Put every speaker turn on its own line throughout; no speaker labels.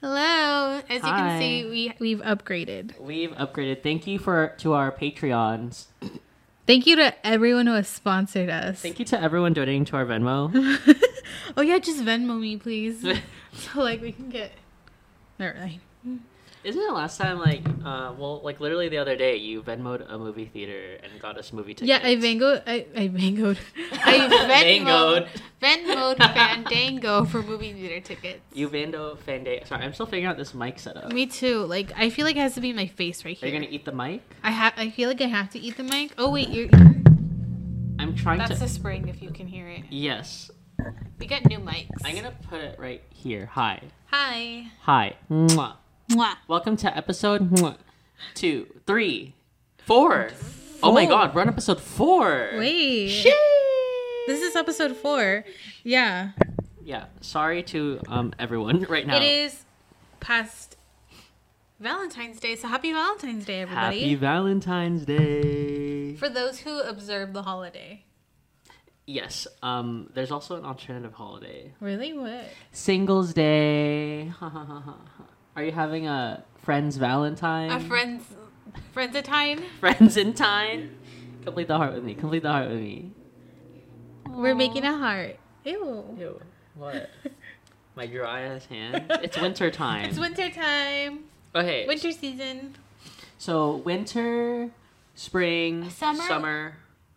Hello. As you
Hi.
can see, we we've upgraded.
We've upgraded. Thank you for to our Patreons.
Thank you to everyone who has sponsored us.
Thank you to everyone donating to our Venmo.
oh yeah, just Venmo me, please. so like we can get. Never mind.
Isn't it last time like uh well like literally the other day you Venmoed a movie theater and got us movie tickets.
Yeah, I mangoed. I, I mangoed. I Venmoed.
Mangoed.
Venmoed Fandango for movie theater tickets.
You Vando Fande. Sorry, I'm still figuring out this mic setup.
Me too. Like I feel like it has to be my face right
Are
here.
you gonna eat the mic?
I have. I feel like I have to eat the mic. Oh wait, you're.
I'm trying
That's
to
the spring. If you can hear it,
Yes.
we got new mics.
I'm gonna put it right here. Hi.
Hi.
Hi. Mwah.
Mwah.
Welcome to episode mwah, two, three, four. Oh my
Four.
god, we're on episode four.
Wait.
Shit.
This is episode four. Yeah.
Yeah, sorry to um everyone right now.
It is past Valentine's Day, so happy Valentine's Day, everybody.
Happy Valentine's Day.
For those who observe the holiday.
Yes. Um. There's also an alternative holiday,
Really? What?
Singles Day. Are you having a friends Valentine?
A friend's friends of time.
friends in time. Complete the heart with me. Complete the heart with me.
We're making a heart. Ew.
Ew. What? My dry ass hand. It's winter time.
It's winter time.
okay.
Winter season.
So winter, spring,
Summer?
summer,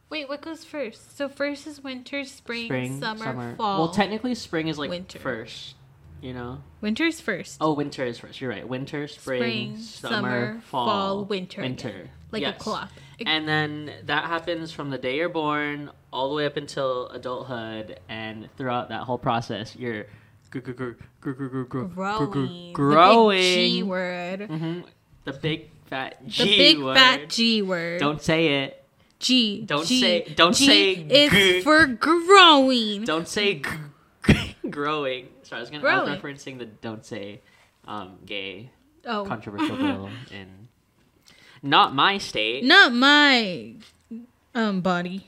Wait, what goes first? So first is winter, spring,
spring,
summer,
summer.
fall.
Well, technically, spring is like
Winter.
first. You know.
Winter's first.
Oh, winter is first. You're right. Winter, spring,
Spring,
summer,
summer,
fall,
fall, winter
Winter.
like a
Yes.
clock.
And then that happens from the day you're born all the way up until adulthood, and throughout that whole process, you're gr- gr- gr- gr- gr- gr- gr- gr- gr-
growing. The big G
growing.
word.
Mhm. The big fat
The
G
big
word.
fat G word.
Don't say it.
G.
Don't
G,
say- don't
G
say
It's
g-
for growing.
Don't say g- growing. Sorry, I was gonna I was
Growing.
referencing the don't say um, gay
oh,
controversial bill in not my state.
not my um body.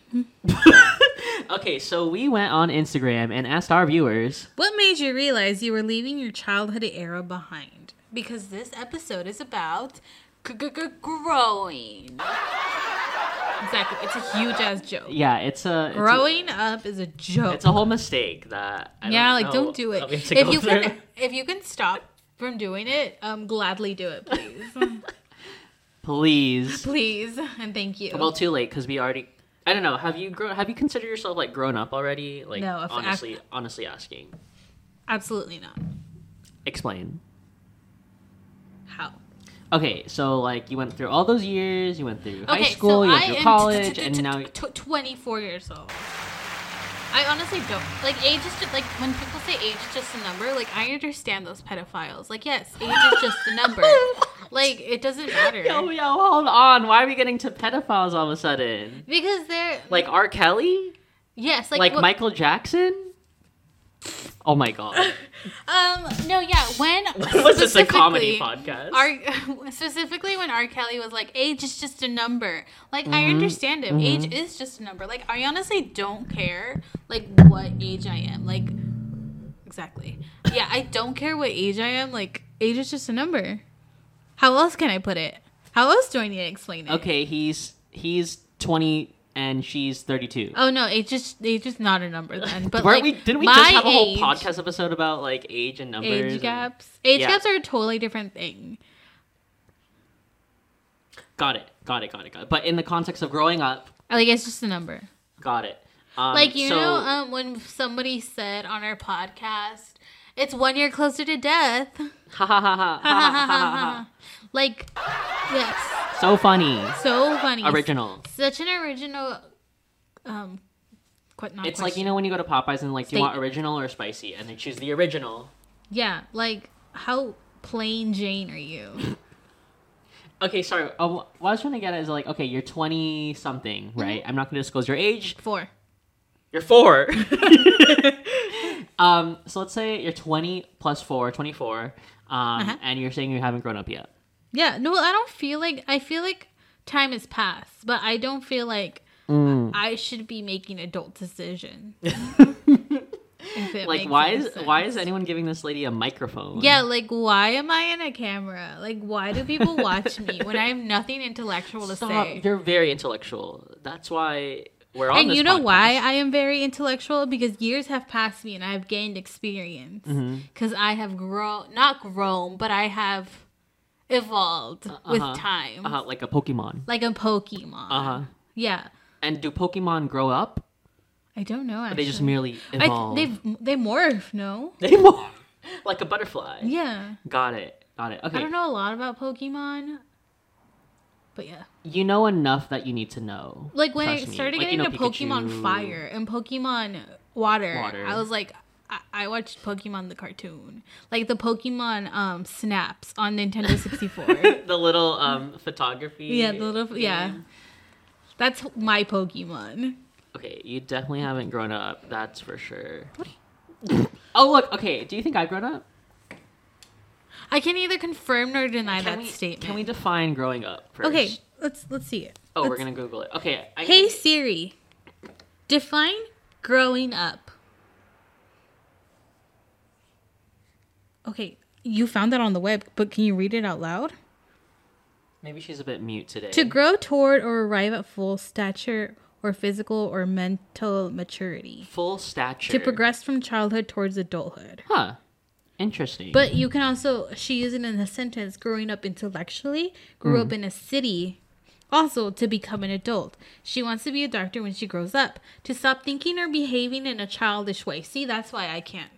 Okay, so we went on Instagram and asked our viewers.
What made you realize you were leaving your childhood era behind? Because this episode is about g- g- g- growing. Exactly, it's a huge ass joke.
Yeah, it's a it's a-
Growing up is a joke.
It's a whole mistake that. I
yeah,
don't
like
know
don't do it.
that we have
If
to go
you
through.
can, if you can stop from doing it, um, gladly do it, please,
please.
please, and thank you.
Well, too late because we already. I don't know. Have you grown? Have you considered yourself like grown up already? Like
No, if I-
honestly, honestly asking.
Absolutely not.
Explain.
How?
Okay, so like you went through all those years. You went through high
Okay,
school.
so
you
I
went
am
through
t-
college,
t- t-
and
t-
now.
t- 24 years old. I honestly don't like age is just like when people say age is just a number. Like I understand those pedophiles. Like yes, age is just a number. Like it doesn't matter
Yo, yo, hold on. Why are we getting to pedophiles all of a sudden?
because they're
Like R. Kelly?
yes, like,
Like,
what-
Michael Jackson? Oh my god.
Um, no, yeah. When
Was this a comedy
specifically-
podcast?
R- specifically when R. Kelly was like, age is just a number. Like, I
Mm-hmm.
understand him. Age is just a number. Like, I honestly don't care, like, what age I am. Like, exactly. Yeah, I don't care what age I am. Like, age is just a number. How else can I put it? How else do I need to explain it?
okay, he's he's 20 and she's 32.
Oh, no, age is, age is not a number then. But,
Weren't
like,
we? Didn't we
my
just have a whole
age-
podcast episode about like age and numbers?
Age
and-
gaps. Age
Yeah.
gaps are a totally different thing.
Got it. Got it. Got it. Got it. But in the context of growing up,
Like, it's just a number.
got it. Um,
Like you
so-
know, um, when somebody said on our podcast, "It's one year closer to death."
ha ha ha ha ha ha ha ha ha.
like, yes,
So funny.
so funny,
Original.
such an original. Um, qu- not
It's like you know when you go to Popeyes and like, do you want
State-
original or spicy? And they choose the original.
yeah, like how plain Jane are you?
Okay, sorry. Um, what I was trying to get at is like, okay, you're 20 something,
Mm-hmm.
right? I'm not going to disclose your age.
Four.
You're four. um, so let's say you're 20 plus four, 24, um,
Uh-huh.
and you're saying you haven't grown up yet.
Yeah, no, I don't feel like I feel like time has passed, but I don't feel like
Mm.
I should be making adult decisions. if it
like
makes
why
any
is why is
sense.
anyone giving this lady a microphone?
Yeah, like why am I in a camera? Like why do people watch me when I have nothing intellectual to
Stop.
say?
You're very intellectual. That's why we're on
And
this
you know why
podcast.
I am very intellectual? Because years have passed me and I have gained experience.
Mm-hmm.
Because I have grown, not grown, but I have evolved with
uh-huh.
time.
uh, like a Pokemon.
Like a Pokemon.
Uh-huh.
Yeah.
And do Pokemon grow up?
I don't know.
Or
Actually.
they just merely
I,
evolve.
they they morph. No.
they morph like a butterfly.
Yeah.
Got it. Got it. Okay.
I don't know a lot about Pokemon. But yeah.
You know enough that you need to know.
Like when I
Trust me.
started
Like, you
getting
know
into Pokemon
Pikachu.
Fire and Pokemon Water,
Water.
I was like, I-, I watched Pokemon the cartoon, like the Pokemon um snaps on Nintendo sixty four.
the little um photography.
yeah, the little yeah.
thing.
That's my Pokemon.
Okay, you definitely haven't grown up. That's for sure. oh look. Okay. Do you think I've grown up?
I can neither confirm nor deny
Can
that
we,
statement.
Can we define growing up first?
okay, let's let's see it.
Oh, we're
Let's-
gonna Google it. Okay. I,
Hey Siri, define growing up. Okay, you found that on the web, but can you read it out loud?
Maybe she's a bit mute today.
To grow toward or arrive at full stature or physical or mental maturity.
Full stature.
To progress from childhood towards adulthood.
Huh. Interesting.
But you can also, she used it in the sentence growing up intellectually, grew up in a city, also to become an adult. She wants to be a doctor when she grows up, to stop thinking or behaving in a childish way. See, that's why I can't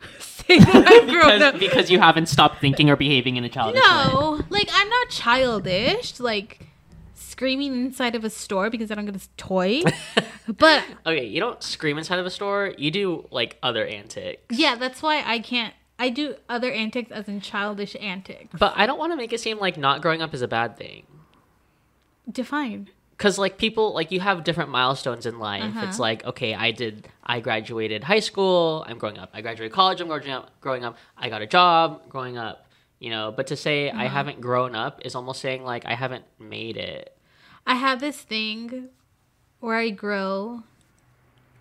say that I've grown
because,
up.
because you haven't stopped thinking or behaving in a childish way.
No, like I'm not childish, like screaming inside of a store because I don't get a toy. but
Okay, you don't scream inside of a store. You do like other antics.
yeah, that's why I can't. I do other antics as in childish antics.
But I don't want to make it seem like not growing up is a bad thing.
Define.
Cause like people like you have different milestones in life.
Uh-huh.
It's like okay, I did, I graduated high school. I'm growing up. I graduated college. I'm growing up. Growing up. I got a job. Growing up. You know. But to say
Uh-huh.
I haven't grown up is almost saying like I haven't made it.
I have this thing where I grow.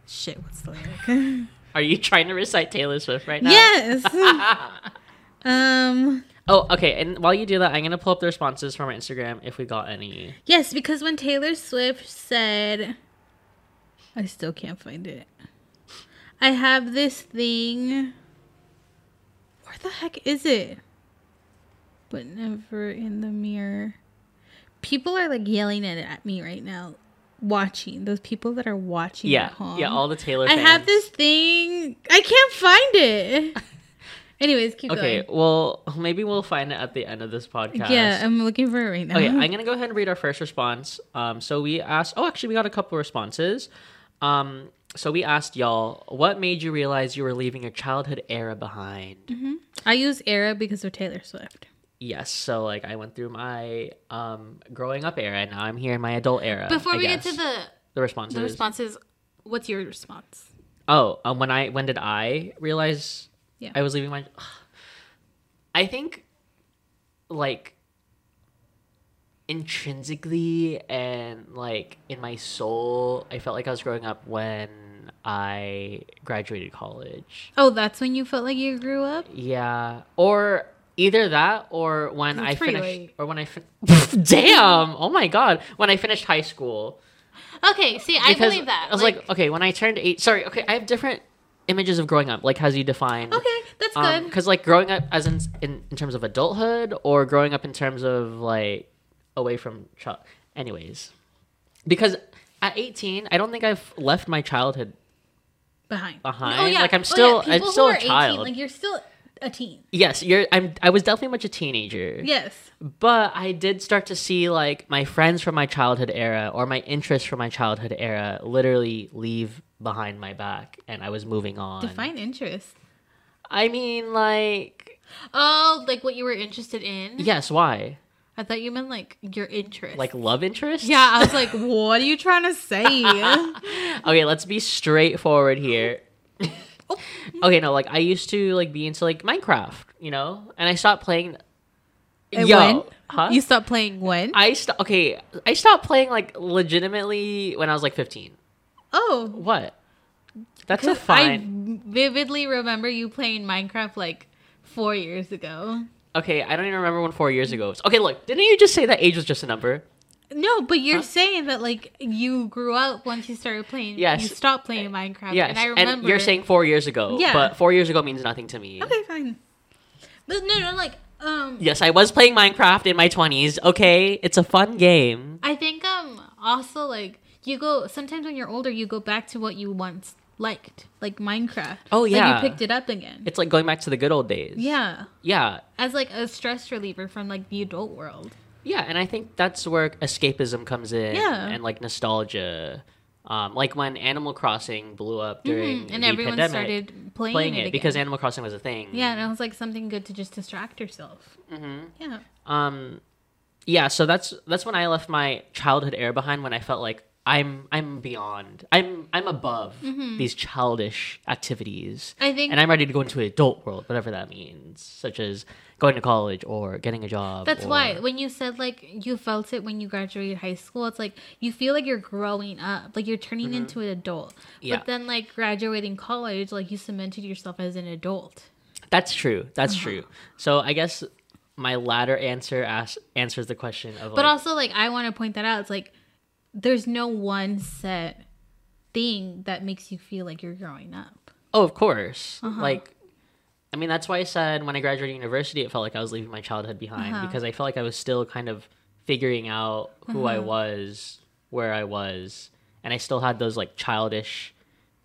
Shit, what's the lyric?
Are you trying to recite Taylor Swift right now?
yes. um.
Oh, okay. And while you do that, I'm gonna pull up the responses from our Instagram if we got any.
Yes, because when Taylor Swift said, I still can't find it. I have this thing. Where the heck is it? But never in the mirror. People are like yelling at, at me right now, watching. Those people that are watching
Yeah,
at home.
yeah. All the Taylor.
I have
fans.
this thing. I can't find it. Anyways, keep
Okay.
going.
Well, maybe we'll find it at the end of this podcast.
Yeah, I'm looking for it right now.
Okay, I'm gonna go ahead and read our first response. Um, so we asked. Oh, actually, we got a couple responses. Um, so we asked y'all, what made you realize you were leaving your childhood era behind?
Mm-hmm. I use era because of Taylor Swift.
Yes. So like, I went through my um growing up era, and now I'm here in my adult era.
Before
Oh, I
we get
guess.
to the
the responses.
the responses, what's your response?
Oh, um, when I when did I realize
Yeah.
I was leaving my? I think, like, intrinsically and like in my soul, I felt like I was growing up when I graduated college.
Oh, that's when you felt like you grew up.
Yeah, or either that, or when I
That's pretty
finished,
late.
or when I fin- damn, oh my god, when I finished high school.
Okay, see, I
Because
believe that.
I was like, okay, when I turned eight. Sorry, okay, I have different images of growing up, like as you define.
okay, that's good.
Because like growing up as in, in in terms of adulthood, or growing up in terms of like away from child. Anyways, because at eighteen, I don't think I've left my childhood.
behind, Oh,
behind, like, I'm still- I'm
people who
still a
are 18,
child.
like you're still a teen.
Yes, you're. I'm. I was definitely much a teenager.
Yes,
But I did start to see like my friends from my childhood era or my interests from my childhood era literally leave behind my back, and I was moving on.
define interest.
I mean, like,
Oh, like what you were interested in.
yes, why?
I thought you meant like your interest.
Like love interest?
yeah, I was like, what are you trying to say?
okay, let's be straightforward here.
Oh.
okay, no, like I used to like be into like Minecraft, you know, and I stopped playing.
And
Yo,
when?
Huh?
You stopped playing when?
I st- okay. I stopped playing like legitimately when I was like 15.
oh,
What? That's a
'cause
fine.
I vividly remember you playing Minecraft like four years ago.
Okay, I don't even remember when four years ago. was. Okay, look, didn't you just say that age was just a number?
No, but you're
Huh?
saying that like you grew up once you started playing.
Yes.
You stopped playing Minecraft.
yes,
And I remember.
you're saying four years ago.
Yeah.
but four years ago means nothing to me.
Okay, fine. But no, no, like um.
Yes, I was playing Minecraft in my 20s. Okay, it's a fun game.
I think um also like you go sometimes when you're older you go back to what you once liked like Minecraft.
Oh, yeah.
like, you picked it up again.
It's like going back to the good old days.
yeah,
yeah,
as like a stress reliever from like the adult world.
yeah. And I think that's where escapism comes in.
Yeah.
and like nostalgia, um, like when Animal Crossing blew up during
Mm-hmm, Hmm, and
the
everyone
pandemic,
started playing,
playing
it,
it,
again.
because Animal Crossing was a thing.
yeah, and it was like something good to just distract yourself.
Mm-hmm.
Yeah,
um yeah so that's that's when i left my childhood era behind when i felt like i'm i'm beyond i'm i'm above
Mm-hmm.
these childish activities
I think
and i'm ready to go into an adult world whatever that means such as going to college or getting a job
that's
or-
why when you said like you felt it when you graduated high school, it's like you feel like you're growing up, like you're turning into an adult.
Mm-hmm. Yeah.
But then like graduating college, like you cemented yourself as an adult.
that's true that's
Uh-huh.
true so i guess my latter answer as answers the question of
But
like,
also, like, I want to point that out. It's like there's no one set thing that makes you feel like you're growing up.
Oh, of course.
Uh-huh.
Like, I mean, that's why I said when I graduated university, it felt like I was leaving my childhood behind
Uh-huh.
because I felt like I was still kind of figuring out who
Uh-huh.
I was, where I was, and I still had those like childish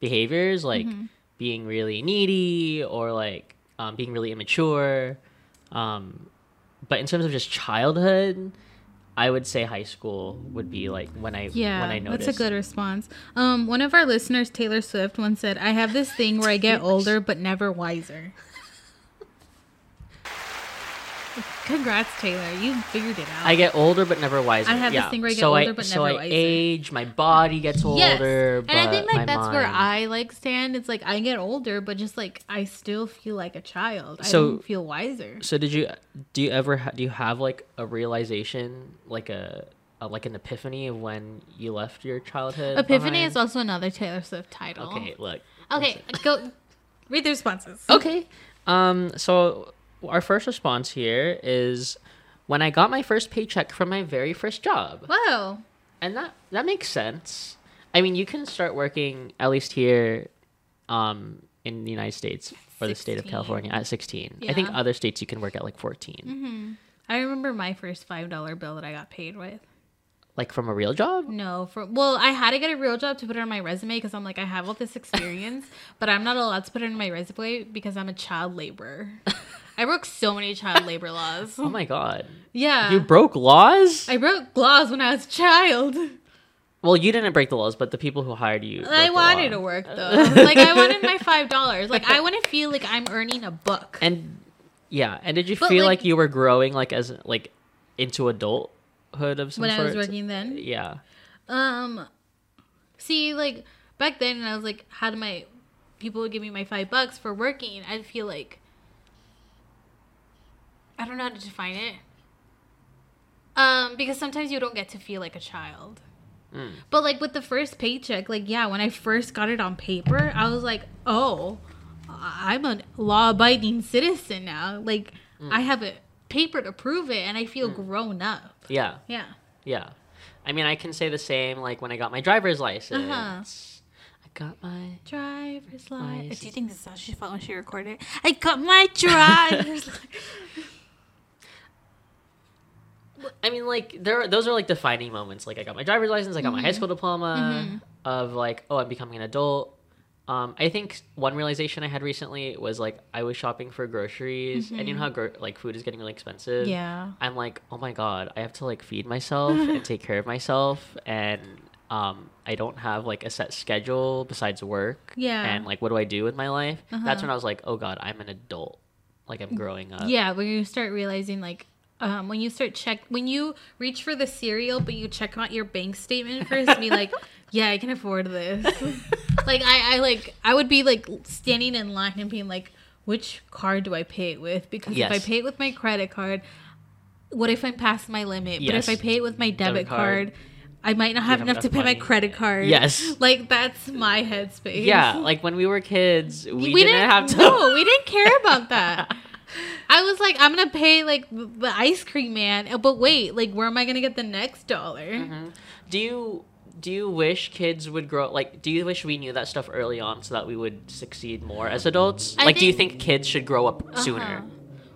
behaviors, like
Mm-hmm.
being really needy or like um, being really immature. Um, but in terms of just childhood, I would say high school would be like when I
Yeah,
when I noticed.
that's a good response. Um, one of our listeners, Taylor Swift, once said, "I have this thing where I get older but never wiser." Congrats, Taylor! You figured it out.
I get older but never wiser.
I have this
Yeah.
thing where I get
so I,
older but
so
never
I
wiser.
age, my body gets older,
and
but
I think
my
like that's where
mind-
I like stand. It's like I get older, but just like I still feel like a child. I
So-
don't feel wiser.
So did you do you ever ha- do you have like a realization like a, a like an epiphany of when you left your childhood?
Epiphany is
behind?
also another Taylor Swift title.
okay. Look.
Okay, go read the responses.
Okay. Um. So our first response here is when I got my first paycheck from my very first job.
Wow.
and that that makes sense. I mean, you can start working at least here, um, in the United States or the state of
16.
California at 16. I think
Yeah. Mm-hmm.
other states you can work at like 14,
I remember my first five dollar bill that I got paid with.
like from a real job.
No, for well, I had to get a real job to put it on my resume because I'm like I have all this experience, but I'm not allowed to put it in my resume because I'm a child laborer. I broke so many child labor laws.
Oh my god,
Yeah,
you broke laws.
I broke laws when I was a child.
well, you didn't break the laws, but the people who hired you. broke
I
the
wanted
law.
to work though. like I wanted my five dollars. Like I want to feel like I'm earning a buck.
And yeah, and did you
But,
feel
like-
like, you were growing like as like into adulthood of some
When
sort?
I was working then,
Yeah.
Um, see, like back then, I was like, how do my people would give me my five bucks for working? I'd feel like I don't know how to define it. Um, because sometimes you don't get to feel like a child. But like with the first paycheck, like yeah, when I first got it on paper, I was like, oh, I- I'm a law-abiding citizen now. Like I have a paper to prove it, and I feel grown up.
Yeah.
Yeah.
Yeah. I mean, I can say the same like when I got my driver's license. I got my
driver's
license.
Do you think this is how she felt when she recorded it? I got my driver's license.
I mean, like there, those are like defining moments. Like I got my driver's license, I got my high school diploma. Of like, oh, I'm becoming an adult. Um, I think one realization I had recently was like I was shopping for groceries, and you know how gro- like food is getting really expensive.
Yeah.
I'm like, oh my god, I have to like feed myself and take care of myself, and um, I don't have like a set schedule besides work.
Yeah. Uh-huh.
and like, what do I do with my life? That's when I was like, oh god, I'm an adult. Like I'm growing up.
Yeah, when you start realizing, like, um, when you start check, when you reach for the cereal, but you check out your bank statement first, and be like, yeah, I can afford this. like, I, I like, I would be like standing in line and being like, which card do I pay it with? Because if I
Yes.
pay it with my credit card, what if I'm past my limit?
Yes.
But if I pay it with my debit
Debit card.
card, I might not have
have
enough to
enough
pay my
money.
credit card.
Yes.
Like that's my headspace.
Yeah, like when we were kids, we,
we,
didn't, have to.
No, we didn't care about that. I was like, I'm gonna pay like the the ice cream man, uh, but wait, like where am I gonna get the next dollar?
Mm-hmm. Do you do you wish kids would grow like do you wish we knew that stuff early on so that we would succeed more as adults?
I
like do you
think-
think kids should grow up
Uh-huh.
sooner?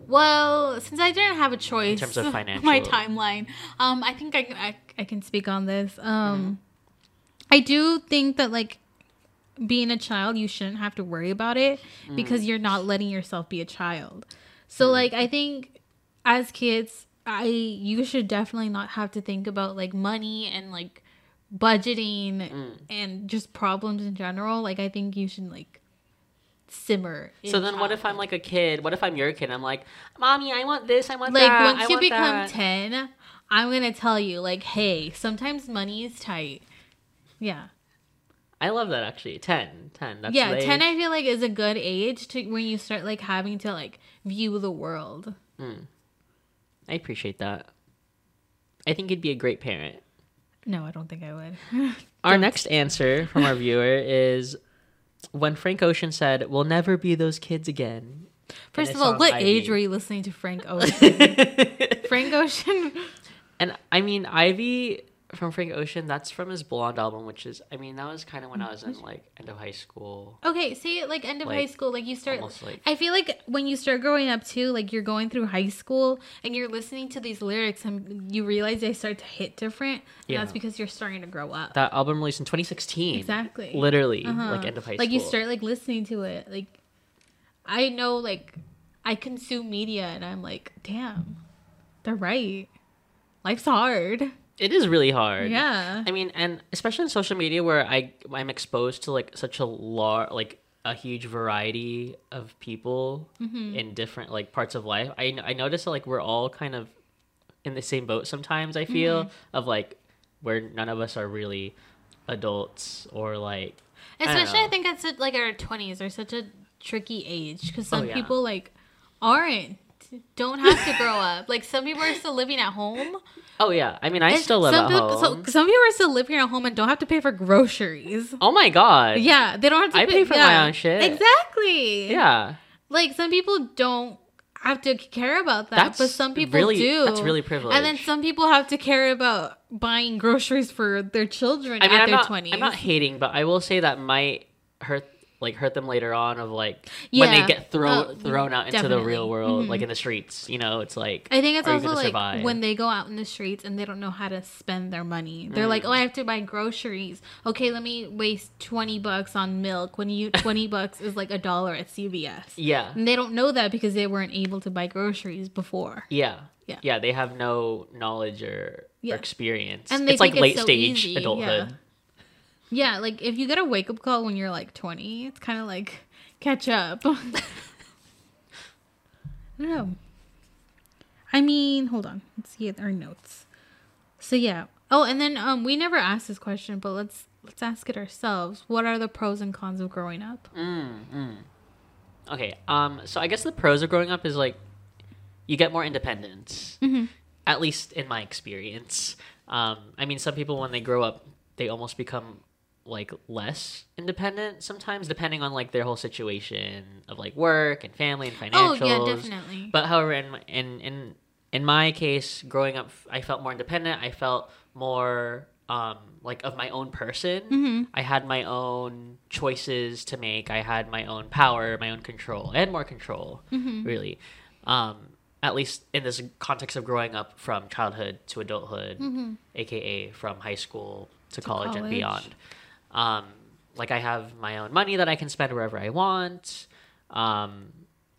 Well, since I didn't have a choice in
terms of
my
financial-
timeline, um, I think I, can- I I can speak on this.
Mm-hmm.
Um, I do think that like being a child, you shouldn't have to worry about it
Mm.
because you're not letting yourself be a child. So like I think as kids, I you should definitely not have to think about like money and like budgeting
Mm.
and just problems in general. Like I think you should like simmer. in
So then what if
childhood.
I'm like a kid? What if I'm your kid? I'm like, "Mommy, I want this, I want
like
that." I
once you
want
become
that."
10 i'm gonna tell you like hey sometimes money is tight yeah
I love that actually. 10, 10. That's
yeah
the age.
10 i feel like is a good age to when you start like having to like view the world
I appreciate that. I think you'd be a great parent.
no i don't think i would
Our next answer from our viewer is when Frank Ocean said, "We'll never be those kids again."
first
I
of all
saw
what
Ivy.
age were you listening to frank ocean frank ocean
And I mean, Ivy from Frank Ocean, that's from his Blonde album, which is, I mean, that was kind of when I was
Mm-hmm.
in like end of high school.
okay see like end of high
Like,
school like you start
almost like-
i feel like when you start growing up too like you're going through high school and you're listening to these lyrics and you realize they start to hit different and
Yeah.
that's because you're starting to grow up
That album released in 2016.
Exactly.
Literally,
Uh-huh.
like end of high
Like
school.
you start like listening to it. Like I know like I consume media and I'm like, damn, they're right. Life's hard.
It is really hard.
Yeah.
I mean, and especially in social media where I I'm exposed to like such a large like a huge variety of people
Mm-hmm.
in different like parts of life. I I notice that, like we're all kind of in the same boat sometimes. I feel
Mm-hmm.
of like where none of us are really adults or like don't
Especially I,
know.
think that's at, like our twenties are such a tricky age because some
Oh, yeah.
people like aren't don't have to grow up. Like some people are still living at home.
oh yeah. I mean, I
And
still live
some
at
people, so-
home.
some people are still living at home and don't have to pay for groceries.
oh my god.
Yeah, they don't have to.
I pay for my
yeah.
own shit.
Exactly.
Yeah.
like some people don't have to care about that, but
That's
some people
really-
do.
that's really
And then
privileged.
some people have to care about buying groceries for their children
I mean,
at
I'm
their
not,
twenties.
I'm not hating, but I will say that might hurt, like hurt them later on. Of like when
Yeah.
they get
Oh,
thrown thrown out into the
definitely. Mm-hmm.
real world, like in the streets. You know, it's like
I think it's
are you
also
gonna
like
survive?
when they go out in the streets and they don't know how to spend their money. They're
Mm.
like, "Oh, I have to buy groceries. Okay, let me waste twenty bucks on milk when you twenty bucks is like a dollar at CVS."
yeah,
And they don't know that because they weren't able to buy groceries before.
yeah,
Yeah.
They have no knowledge or,
Yeah.
or experience.
And they
it's like
think
late
it's so
stage
easy, yeah.
adulthood.
Yeah, like if you get a wake up call when you're like 20, it's kind of like catch up. I don't know. I mean, hold on. Let's see our notes. So yeah. Oh, and then um we never asked this question, but let's let's ask it ourselves. What are the pros and cons of growing up?
Okay. Um. So I guess the pros of growing up is like you get more independence,
Mm-hmm.
at least in my experience. Um. I mean, some people when they grow up, they almost become like less independent sometimes, depending on like their whole situation of like work and family and
Oh,
financials.
yeah, definitely.
But however, in my, in in in my case, growing up, I felt more independent. I felt more um, like of my own person. I had my own choices to make. I had my own power, my own control, and more control, really. Um, at least in this context of growing up from childhood to adulthood, aka from high school to, college,
college.
and beyond. Um, like I have my own money that I can spend wherever I want. Um,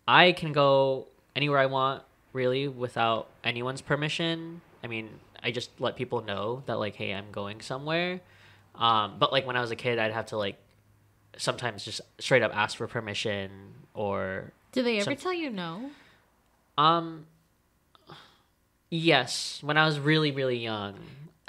I can go anywhere I want really without anyone's permission. I mean, I just let people know that like, hey, I'm going somewhere. Um, but like when I was a kid, I'd have to like sometimes just straight up ask for permission or
Do they ever
Some-
tell you no?
um yes, when I was really really young.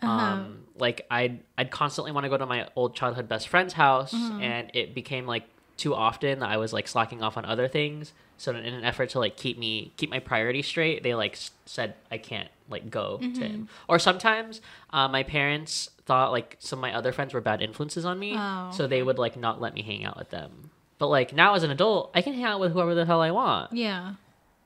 Um like I'd I'd constantly want to go to my old childhood best friend's house and it became like too often that I was like slacking off on other things. So in an effort to like keep me keep my priorities straight, they like s- said I can't like go to him. Or sometimes uh, my parents thought like some of my other friends were bad influences on me,
Oh.
so they would like not let me hang out with them. But like now as an adult, I can hang out with whoever the hell I want.
Yeah.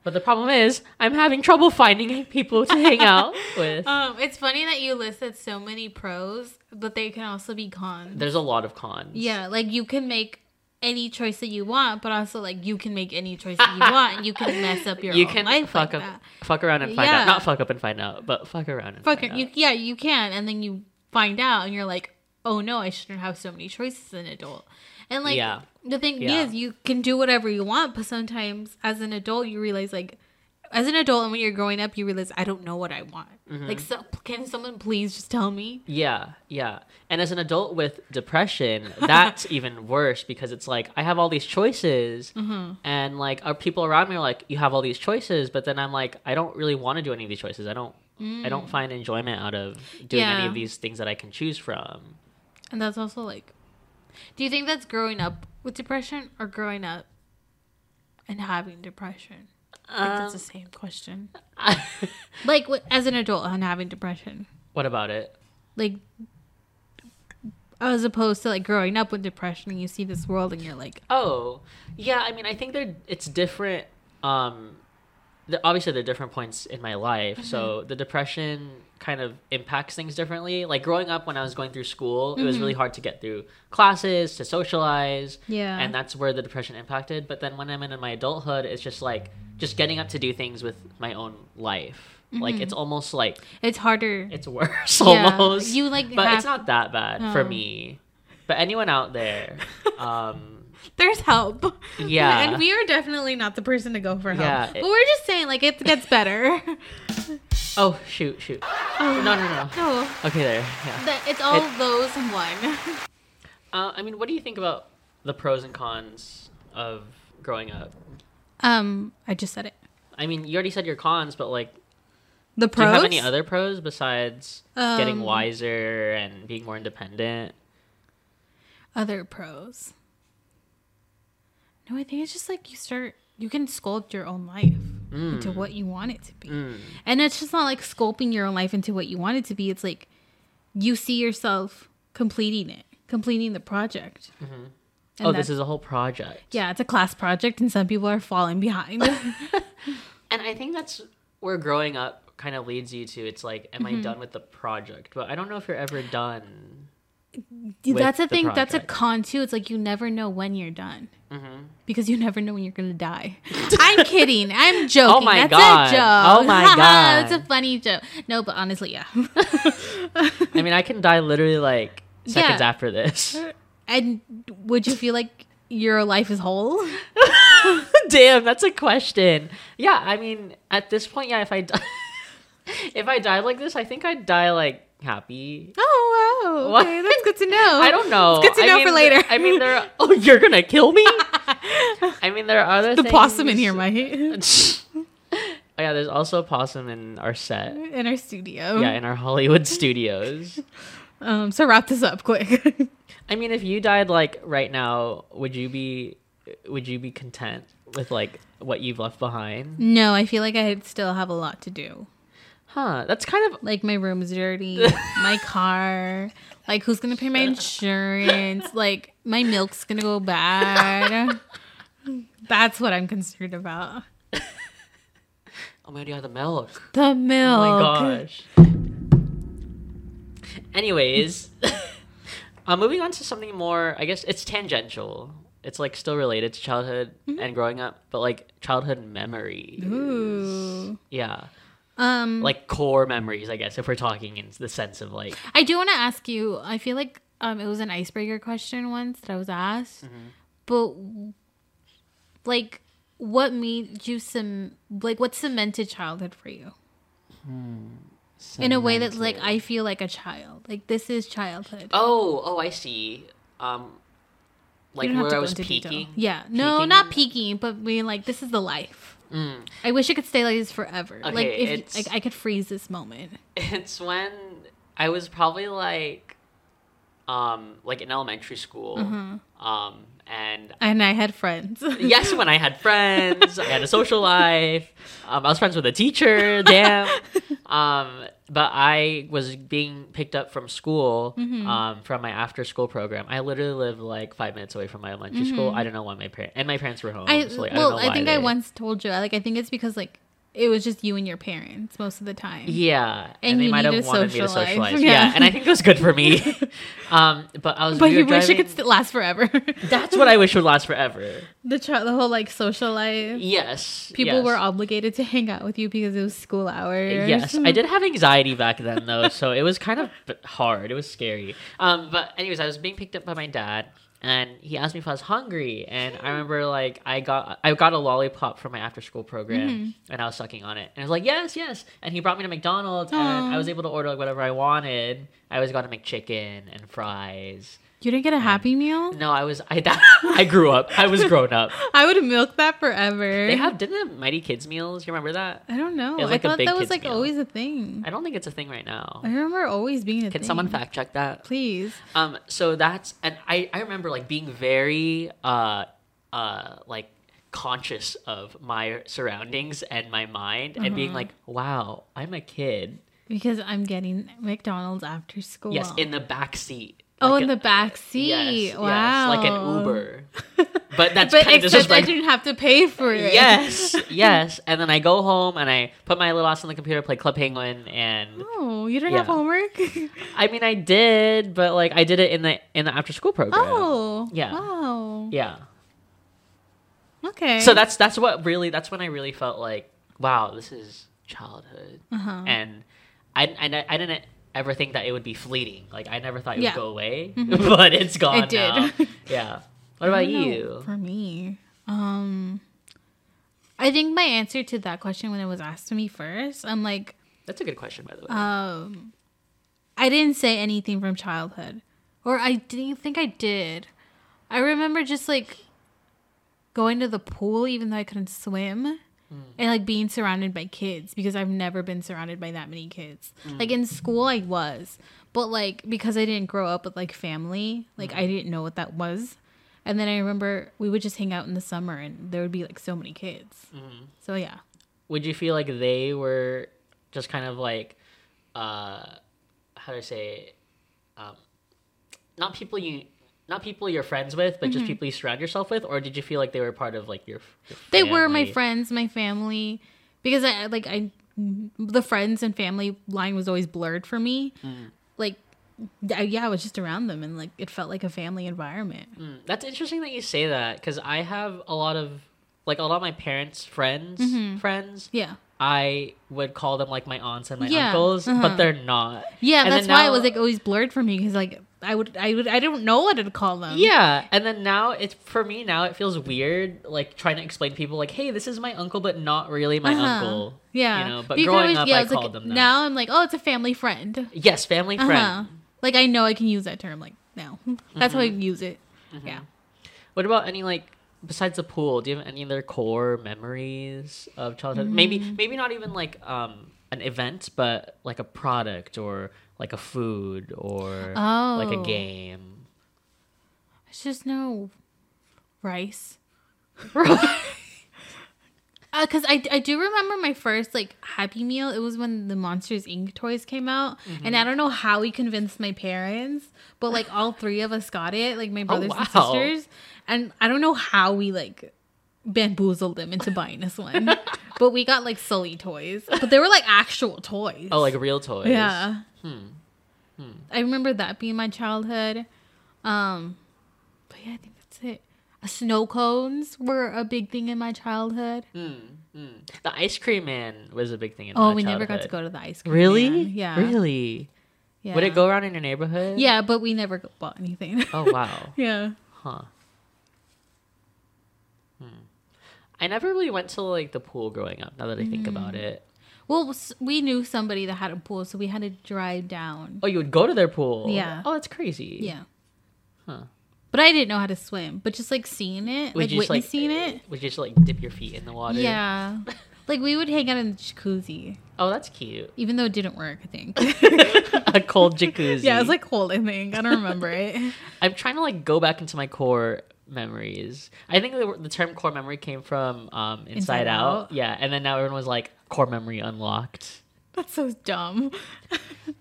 But the problem is, I'm having trouble finding people to hang out with.
Um, it's funny that you listed so many pros, but they can also be cons.
There's a lot of cons.
Yeah, like you can make any choice that you want, but also like you can make any choice that you want. You can mess up your
you
own
can
life
fuck
like
up,
that.
fuck around and find
Yeah.
out. Not fuck up and find out, but fuck around and
Fuck
find
it. You,
out.
yeah, you can, and then you find out, and you're like, oh no, I shouldn't have so many choices as an adult. And like
Yeah.
the thing
Yeah.
is, you can do whatever you want, but sometimes as an adult, you realize like. As an adult, and when you're growing up, you realize I don't know what I want.
Mm-hmm.
Like, so, can someone please just tell me?
Yeah, yeah. And as an adult with depression, that's even worse because it's like I have all these choices,
Mm-hmm.
and like our people around me are like, "You have all these choices," but then I'm like, I don't really want to do any of these choices. I don't. I don't find enjoyment out of doing any
Mm. Yeah.
of these things that I can choose from.
And that's also like, do you think that's growing up with depression or growing up and having depression? I think that's the same question.
Um,
Like wh- as an adult and having depression,
what about it?
like as opposed to like growing up with depression, and you see this world and you're like,
Oh, yeah. I mean, I think they're it's different. Um, the obviously they're different points in my life. So
Mm-hmm.
the depression kind of impacts things differently. Like growing up, when I was going through school, it was really hard to get through classes to socialize.
Mm-hmm. Yeah.
and that's where the depression impacted. But then when I'm in my adulthood, it's just like just getting up to do things with my own life. Like it's almost like
it's harder.
it's worse
Mm-hmm. Yeah,
almost.
you, like,
but
have-
it's not that bad for
No.
me. But anyone out there, um.
There's help.
Yeah.
and we are definitely not the person to go for help.
Yeah, it-
but we're just saying like it gets better.
Oh shoot, shoot. No, no, no.
no,
Okay, there. Yeah.
that it's all those in one.
Uh, I mean, what do you think about the pros and cons of growing up?
Um, I just said it.
I mean, you already said your cons, but like,
The
do
pros.
you have any other pros besides getting
Um,
wiser and being more independent?
other pros? No, I think it's just like you start. You can sculpt your own life into
Mm.
what you want it to be, and it's just not like sculpting your own life into what you want it to be. It's like you see yourself completing it, completing the project. And
oh, this
that's-
is a whole project.
yeah, it's a class project, and some people are falling behind.
And I think that's where growing up kind of leads you to. It's like,
Mm-hmm.
am I done with the project? But I don't know if you're ever done.
Dude,
with
that's a
the
thing. That's a
project. Mm-hmm.
con too. It's like you never know when you're done because you never know when you're gonna die. I'm kidding. I'm joking.
Oh my
that's
God.
a joke.
Oh my
Haha,
God.
that's a funny joke. No, but honestly, yeah.
I mean, I can die literally like seconds
Yeah.
after this.
and would you feel like your life is whole?
Damn, that's a question. Yeah, I mean, at this point, yeah, if I di- if I died like this, I think I'd die like happy.
Oh wow.
What?
Okay, that's good to know.
I don't know.
It's good to
I
know
mean,
for later.
I mean, there. Are, oh, you're gonna kill me. I mean, there are other
the possum in
things-
here, my
oh yeah, there's also a possum in our set.
in our studio.
Yeah, in our Hollywood studios.
Um. So wrap this up quick.
I mean, if you died like right now, would you be would you be content with like what you've left behind?
no, I feel like I still have a lot to do.
Huh? That's kind of
Like my room's dirty, my car, like who's gonna pay my insurance? Like my milk's gonna go bad. That's what I'm concerned about.
oh my god, the milk.
The milk.
Oh my gosh. Anyways, uh, moving on to something more, I guess it's tangential. It's like still related to childhood
Mm-hmm.
and growing up, but like childhood memories.
Ooh.
Yeah.
Um,
Like core memories, I guess, if we're talking in the sense of like,
I do want to ask you. I feel like um, it was an icebreaker question once that I was asked,
Mm-hmm.
but like, what made you some like what cemented childhood for you in a way that's like I feel like a child. Like this is childhood.
oh, oh, I see. Um,
You
like
don't have
where
to
I
go
was
into detail.
peaking.
Yeah, no,
Peaking?
not peeking, but being like, this is the life.
Mm.
I wish it could stay like this forever. like
Okay,
if
it's-
like I could freeze this moment.
It's when I was probably like um, like in elementary school.
Mm-hmm.
Um, and
Uh-huh. And I had friends.
yes, when I had friends, I had a social life. Um, I was friends with a teacher. Damn. Um, but I was being picked up from school
Mm-hmm.
um, from my after school program. I literally lived like five minutes away from my elementary school. I don't know why my parents and my parents were home.
Mm-hmm. I,
so, like, I, don't
well, I,
know why
think I
they-
once told you. I- Like, I think it's because like it was just you and your parents most of the time.
Yeah, and,
And
they
you
might have
needed a
wanted me to
social life.
socialize. Yeah.
Yeah.
and I think it was good for me. um, but I was.
But
we
you
were
wish it could
driving-
st- last forever.
That's what I wish would last forever.
the tra- the whole like social life.
Yes.
People
yes.
were obligated to hang out with you because it was school hours.
Yes, I did have anxiety back then though, so it was kind of b- hard. It was scary. Um, but anyways, I was being picked up by my dad, and he asked me if I was hungry, and I remember like I got I got a lollipop from my after school program,
Mm-hmm.
and I was sucking on it, and I was like yes, yes, and he brought me to McDonald's, and I
Aw.
was able to order like, whatever I wanted. I always got to make chicken and fries.
You didn't get a happy meal.
No, I was I that, I grew up. I was grown up.
I would milk that forever.
They have didn't they have Mighty Kids meals. You remember that?
I don't know.
It was like a
I thought
big
that was
kids
like
meal.
always a thing.
I don't think it's a thing right now.
I remember always being a thing.
Can someone fact check that?
Please.
Um, so that's and I, I remember like being very uh uh like conscious of my surroundings and my mind and
Mm-hmm.
being like, wow, I'm a kid.
Because I'm getting McDonald's after school.
Yes, in the back seat.
oh,
Like
in
a-
the back seat.
Yes,
wow.
yes, like an Uber. But that's
but
kind of
except
just
I
like
didn't have to pay for it.
yes, yes. And then I go home and I put my little ass on the computer, play Club Penguin, and
Oh, you didn't have
Yeah.
homework.
I mean I did, but like I did it in the in the after school program.
oh.
Yeah.
Wow.
yeah.
Okay.
so that's that's what really that's when I really felt like wow this is childhood
Uh-huh.
and I, I I didn't ever think that it would be fleeting like I never thought it
Yeah. Mm-hmm.
would go away but it's gone
It did.
now yeah what
I
about
don't know.
you
For me, um, I think my answer to that question when it was asked to me first, I'm like,
that's a good question by the way
um, I didn't say anything from childhood, or I didn't think I did. I remember just like going to the pool, even though I couldn't swim, and like being surrounded by kids because I've never been surrounded by that many kids. Like in school, I was, but like because I didn't grow up with like family, like I didn't know what that was. And then I remember we would just hang out in the summer, and there would be like so many kids. So yeah,
would you feel like they were just kind of like uh how do I say um not people you not people you're friends with but
Mm-hmm.
just people you surround yourself with or did you feel like they were part of like your, your
they were my
family?
friends my family because i like i the friends and family line was always blurred for me
Mm.
like I, yeah i was just around them and like it felt like a family environment
Mm, That's interesting that you say that because I have a lot of like a lot of my parents' friends
Mm-hmm.
friends.
yeah
I would call them like my aunts and my
Yeah,
uncles, but
uh-huh.
they're not.
yeah
And
that's
then
why it
now-
was like always blurred for me because like i would i would i don't know what to call them
Yeah, and then now it's for me now it feels weird like trying to explain to people like, hey, this is my uncle, but not really my
Uh-huh.
uncle.
yeah
you know. But
Because
growing
always-
up,
yeah,
I
it's like,
called them that.
now i'm like oh it's a family friend
Yes, family friend. Mm-hmm.
uh-huh like i know i can use that term like now that's how i use it yeah
What about any like besides the pool? Do you have any other core memories of childhood? Maybe
Mm.
maybe not even like um an event, but like a product or like a food or like a
Oh.
game.
It's just no rice.
oh
Because I, I do remember my first like Happy Meal. It was when the Monsters Inc. toys came out,
Mm-hmm.
and I don't know how we convinced my parents, but like all three of us got it, like my brothers and
Oh, wow.
sisters, and I don't know how we like bamboozled them into buying this one, but we got like Sully toys, but they were like actual toys.
Oh, like real toys.
Yeah.
Hmm.
I remember that being my childhood. Um, but yeah, I think that's it. Uh, Snow cones were a big thing in my childhood.
Mm, mm. The ice cream man was a big thing in
oh,
my
we never got to
childhood.
go to the ice cream.
Really?
man. Yeah.
Really?
Yeah.
Would it go around in your neighborhood?
Yeah, but we never g- bought anything.
Oh wow.
yeah.
Huh. Hmm. I never really went to like the pool growing up. Now that I think
Mm.
about it,
Well, s- we knew somebody that had a pool, so we had to drive down.
Oh, you would go to their pool.
Yeah.
Oh, that's crazy.
Yeah.
Huh.
But I didn't know how to swim. But just like seeing it,
Would
like
you just like
witnessing it.
Would you just like dip your feet in the water?
Yeah. Like we would hang out in the jacuzzi,
Oh, that's cute.
even though it didn't work. I think.
a cold jacuzzi.
yeah, it was like cold. I think I don't remember it.
I'm trying to like go back into my core memories. I think the, the term core memory came from um, Inside,
Inside
Out.
Out.
Yeah, and then now everyone was like core memory unlocked.
That's so dumb.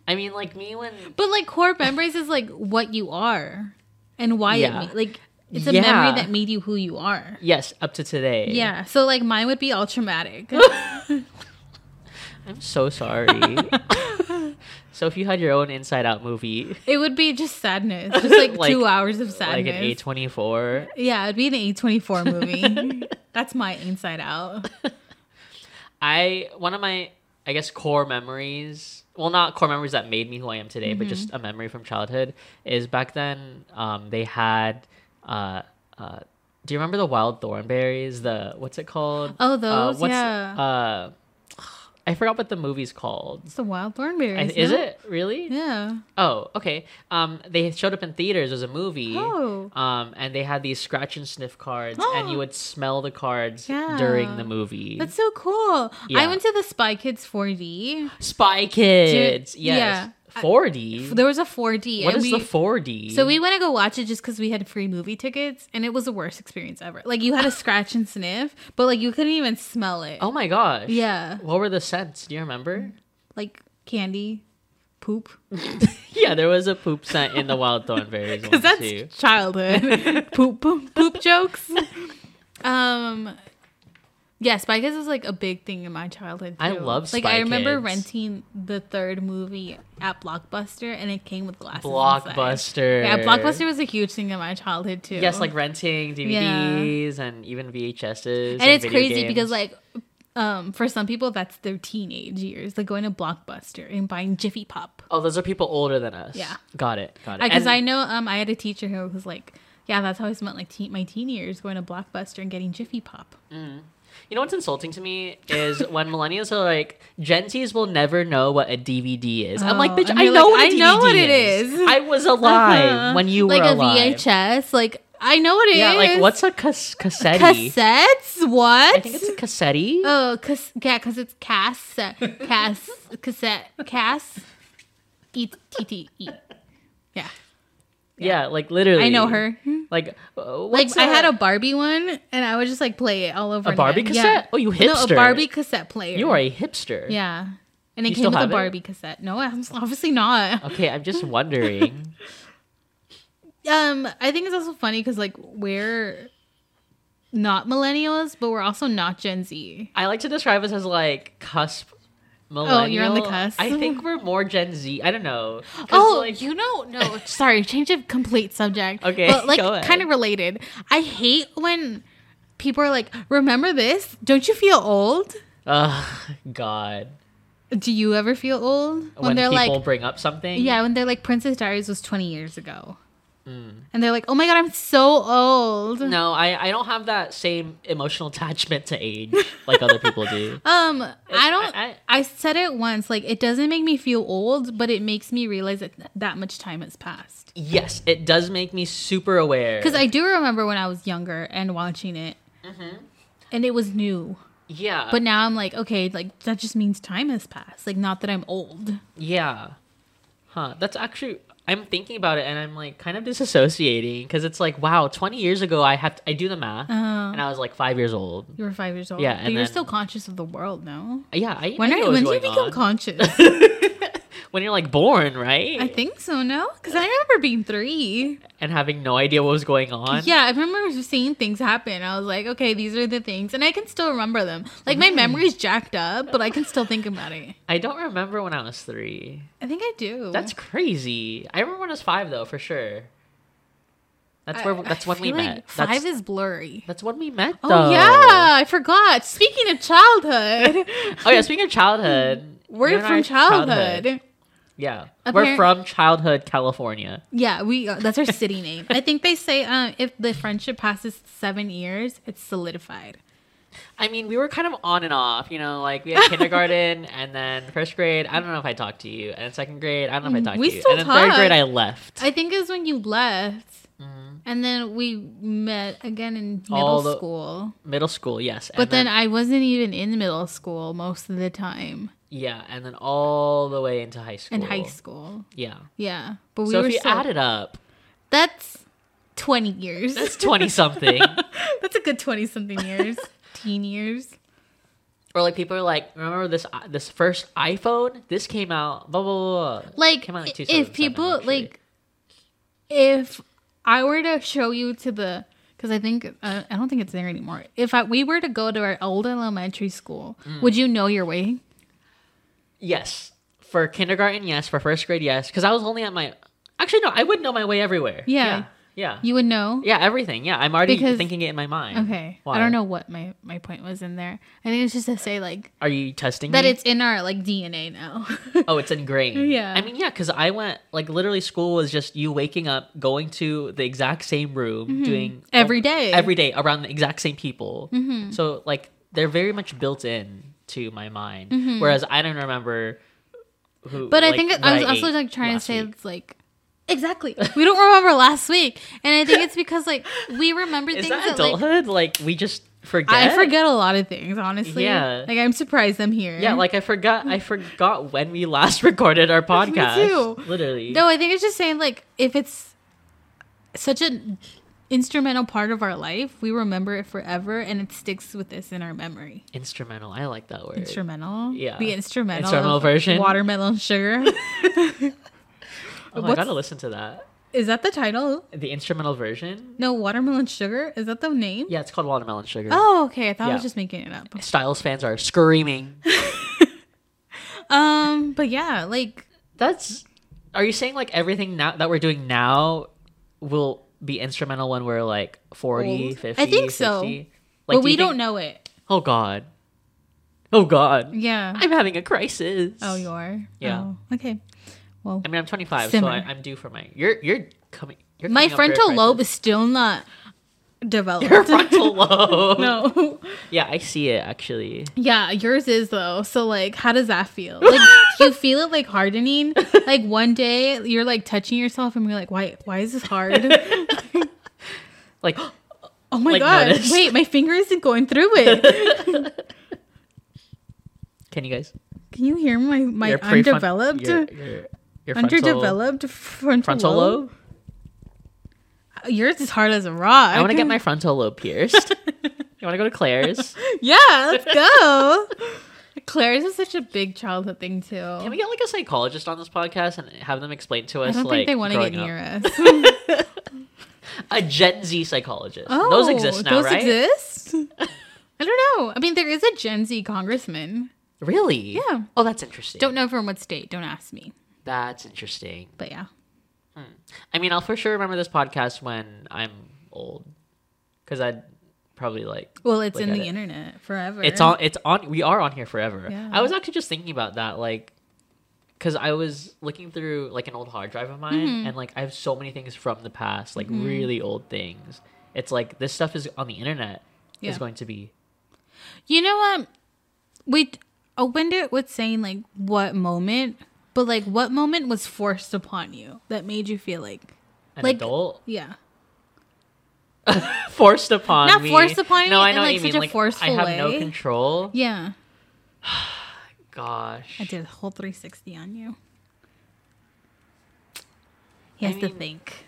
I mean, like me when
But like core memories is like what you are, and why
Yeah.
it ma- like it's a
Yeah.
memory that made you who you are.
yes, up to today.
Yeah. So like mine would be all traumatic.
I'm so sorry. so if you had your own Inside Out movie,
It would be just sadness, just like,
Like-
two hours of
like
sadness.
an A24,
yeah, it'd be an A twenty four movie. That's my Inside Out.
I one of my I guess core memories. Well, not core memories that made me who I am today, but
Mm-hmm.
just a memory from childhood is back then um, they had. Uh, uh, do you remember the wild thornberries? The what's it called?
Oh,
Uh,
those? Yeah.
Uh, I forgot what the movie's called.
It's the Wild
I,
Thornberries.
is
no?
it really?
Yeah.
Oh, okay. Um, they showed up in theaters as a movie.
Oh.
Um, and they had these scratch and sniff cards, and you would smell the cards
Yeah.
during the movie.
That's so cool. I
Yeah.
went to the Spy Kids 4D.
Spy Kids.
yeah.
yes. 4D.
There was a 4D.
what
and
is
we,
the 4D?
So we went to go watch it just because we had free movie tickets, and it was the worst experience ever. Like you had to scratch and sniff, but like you couldn't even smell it.
Oh my gosh.
Yeah,
What were the scents? Do you remember?
like candy, poop.
Yeah, there was a poop scent in the Wild Thornberries one
Because that's
too.
childhood poop, poop, poop jokes. Um, yeah, Spy Kids was like a big thing in my childhood.
I
too.
love
Like
Spy
I remember
Kids.
renting the third movie at Blockbuster, and it came with glasses. inside.
Blockbuster.
Yeah, Blockbuster was a huge thing in my childhood too.
Yes, like renting DVDs and even VHSs.
and it's
video
crazy
games.
because like um for some people that's their teenage years like going to blockbuster and buying jiffy pop
Oh, those are people older than us.
Yeah.
Got it. Got it.
because
And-
i know um i had a teacher who was like yeah that's how i spent like teen my teen years going to blockbuster and getting jiffy pop
You know what's insulting to me is when millennials are like, Gen Zs will never know what a DVD is. I'm like,
Oh,
bitch,
and
I
you're
know,
like,
what a
I know
DVD
what it
is.
is."
I was alive
Uh-huh.
when you were
like a
alive.
vhs like i know what it is.
yeah, like what's a cas- cassette?
cassettes what
I think it's a cassette.
oh cause yeah because it's cass cass cassette cass e t t e yeah
yeah. like literally.
i know her
Like, uh,
Like
what's
I had a Barbie one, and I would just like play it all over.
A Barbie
again.
cassette? Oh, you
No,
hipster.
a Barbie cassette player.
You are a hipster.
Yeah, and it
You still
came with a
have it?
Barbie cassette. No, I'm obviously not.
Okay, I'm just wondering.
Um, I think it's also funny because like we're not millennials, but we're also not Gen Z.
I like to describe us as like cusp. Millennial.
Oh, you're on the cusp.
I think we're more Gen Z. I don't know. 'Cause,
Oh,
like,
you know, no, sorry, change of complete subject.
Okay,
but like
go ahead.
kind of related. I hate when people are like, "Remember this? Don't you feel old?"
oh God.
Do you ever feel old
when, people bring up something.
Yeah, when they're like Princess Diaries was 20 years ago. And they're like, "Oh my god, I'm so old."
Mm. No, I, I don't have that same emotional attachment to age like other people do.
Um, I don't I,
I-
said it once, like it doesn't make me feel old, but it makes me realize that that much time has passed.
Yes, it does make me super aware.
Cuz I do remember when I was younger and watching it.
Mm-hmm.
And it was new.
yeah,
But now I'm like, okay, like that just means time has passed. Like not that I'm old.
yeah, huh? That's actually I'm thinking about it and I'm like kind of disassociating because it's like wow, 20 years ago I have I do the math
Uh-huh.
and I was like five years old.
Um, You were 5 years old.
Yeah,
but
and
you're
then-
still conscious of the world, no?
Yeah, I,
When
I
are,
know what was
when do
going
you become
on.
conscious?
when you're like born, right?
I think so, no? Cuz I remember being 3.
and having no idea what was going on.
Yeah, I remember seeing things happen. I was like, okay, these are the things, and I can still remember them. Like my memory's jacked up, but I can still think about it.
I don't remember when I was three.
I think I do.
That's crazy. I remember when I was five, though, for sure. That's
I-
where. That's
I
when we
feel
met.
like Five
that's,
is blurry.
that's when we met.
Oh
though.
yeah, I forgot. Speaking of childhood,
Oh yeah. Speaking of childhood, you
we're
and I
from
are
childhood.
Yeah,
Appar-
we're from childhood, California.
Yeah, we. Uh, that's our city name. I think they say um, if the friendship passes seven years, it's solidified.
I mean, we were kind of on and off. You know, like we had kindergarten and then first grade. I don't know if I talked to you. And then second grade, I don't know if I talked
Mm, We
to you.
still
and then third grade,
talk.
I left.
I think it was when you left. And then we met again in
Mm-hmm. All
middle
the-
school.
Middle school, yes.
But then, I wasn't even in middle school most of the time
yeah, and then all the way into high school.
in high school.
Yeah.
Yeah. But we
so
were
if you
so,
add it up,
That's 20 years.
it's twenty something.
That's a good 20 something years. Teen years.
or like people are like, remember this i- this first iPhone? This came out blah blah blah. blah.
Like,
Came out in
i- if
2007,
people,
actually.
like, if I were to show you to the, because I think, uh, I don't think it's there anymore. If I, we were to go to our old elementary school, would you know your way?
Yes. For kindergarten, yes. For first grade, yes. Because I was only at my. Actually, no. I would know my way everywhere.
Yeah.
Yeah. Yeah.
You would know?
Yeah, everything. Yeah, I'm already
Because-
thinking it in my mind.
Okay.
Why?
I don't know what my, my point was in there. I think it's just to say, like,
Are you testing
that
me?
it's in our, like, DNA now.
Mm-hmm. oh, it's ingrained.
Yeah.
I mean, yeah, because I went like literally school was just you waking up, going to the exact same room, doing
Mm-hmm. Every day.
every day around the exact same people.
Mm-hmm.
So like they're very much built in to my mind. Whereas I don't remember. Who,
Mm-hmm. But I
like,
think
what
I was also
ate
like trying to
last
say
week.
it's like exactly we don't remember last week, and I think it's because like we remember
is
things
that,
that, like
adulthood? like we just forget.
I forget a lot of things honestly.
Yeah.
like I'm surprised I'm here.
Yeah, like I forgot. I forgot when we last recorded our podcast.
too.
Literally.
no, I think it's just saying like if it's such an instrumental part of our life, we remember it forever, and it sticks with us in our memory.
Instrumental. I like that word.
Instrumental,
Yeah.
the instrumental,
Instrumental
of
version?
watermelon sugar.
oh, I
What's-
gotta listen to that.
Is that the title?
The instrumental version.
No, watermelon sugar. Is that the name?
Yeah, it's called Watermelon Sugar.
Oh, okay. I thought I
Yeah.
was just making it up.
Styles fans are screaming.
Um, but yeah, like
That's. Are you saying like everything now that we're doing now will be instrumental when we're like 40,
Old.
50,
I think so.
60? Like,
but
do
we
you
don't
think-
know it.
Oh God. Oh God.
Yeah.
I'm having a crisis.
oh, you are.
Yeah.
Oh, okay. Well,
I mean, I'm 25,
Simmer.
so I, I'm due for my. You're you're coming. You're
my
coming up for your
frontal
crisis.
lobe is still not developed.
Your frontal lobe.
no.
Yeah, I see it actually.
Yeah, yours is though. So like, how does that feel? Like, do you feel it like hardening? Like one day you're like touching yourself and you're like, why? Why is this hard?
Like,
Oh my
Like,
god!
notice.
Wait, my finger isn't going through it.
can you guys?
Can you hear my my
your prefron-
undeveloped?
your- your- your frontal-
Underdeveloped frontal,
frontal
lobe? Uh,
lobe.
Yours is hard as a rock.
I want to get my frontal lobe pierced. you want to go to Claire's?
Yeah, let's go. Claire's is such a big childhood thing too.
Can we get like a psychologist on this podcast and have them explain to
I
us
don't
like
think they want to get
growing up?
near us.
a Gen Z psychologist? those exist now,
Oh, those
right?
exist. I don't know. I mean, there is a Gen Z congressman.
Really?
Yeah.
Oh, that's interesting.
Don't know from what state. Don't ask me.
That's interesting.
But yeah,
I mean, I'll for sure remember this podcast when I'm old, because I'd probably like
well, it's
Look
in
at
the
it.
internet forever.
it's on. It's on. We are on here forever.
Yeah.
I was actually just thinking about that, like, because I was looking through like an old hard drive of mine,
Mm-hmm.
and like I have so many things from the past, like really old things. It's like this stuff is on the internet.
Yeah.
Is going to be
You know what? We t- opened it with saying like what moment, but like what moment was forced upon you that made you feel like
an
Like-
adult
yeah.
forced upon
Not
me.
forced upon
No,
me
I
in,
know what
like,
you
such
mean.
a
like I
forceful
have no
way.
control.
Yeah.
Gosh.
I did a whole 360 on you. He has to
mean-
think.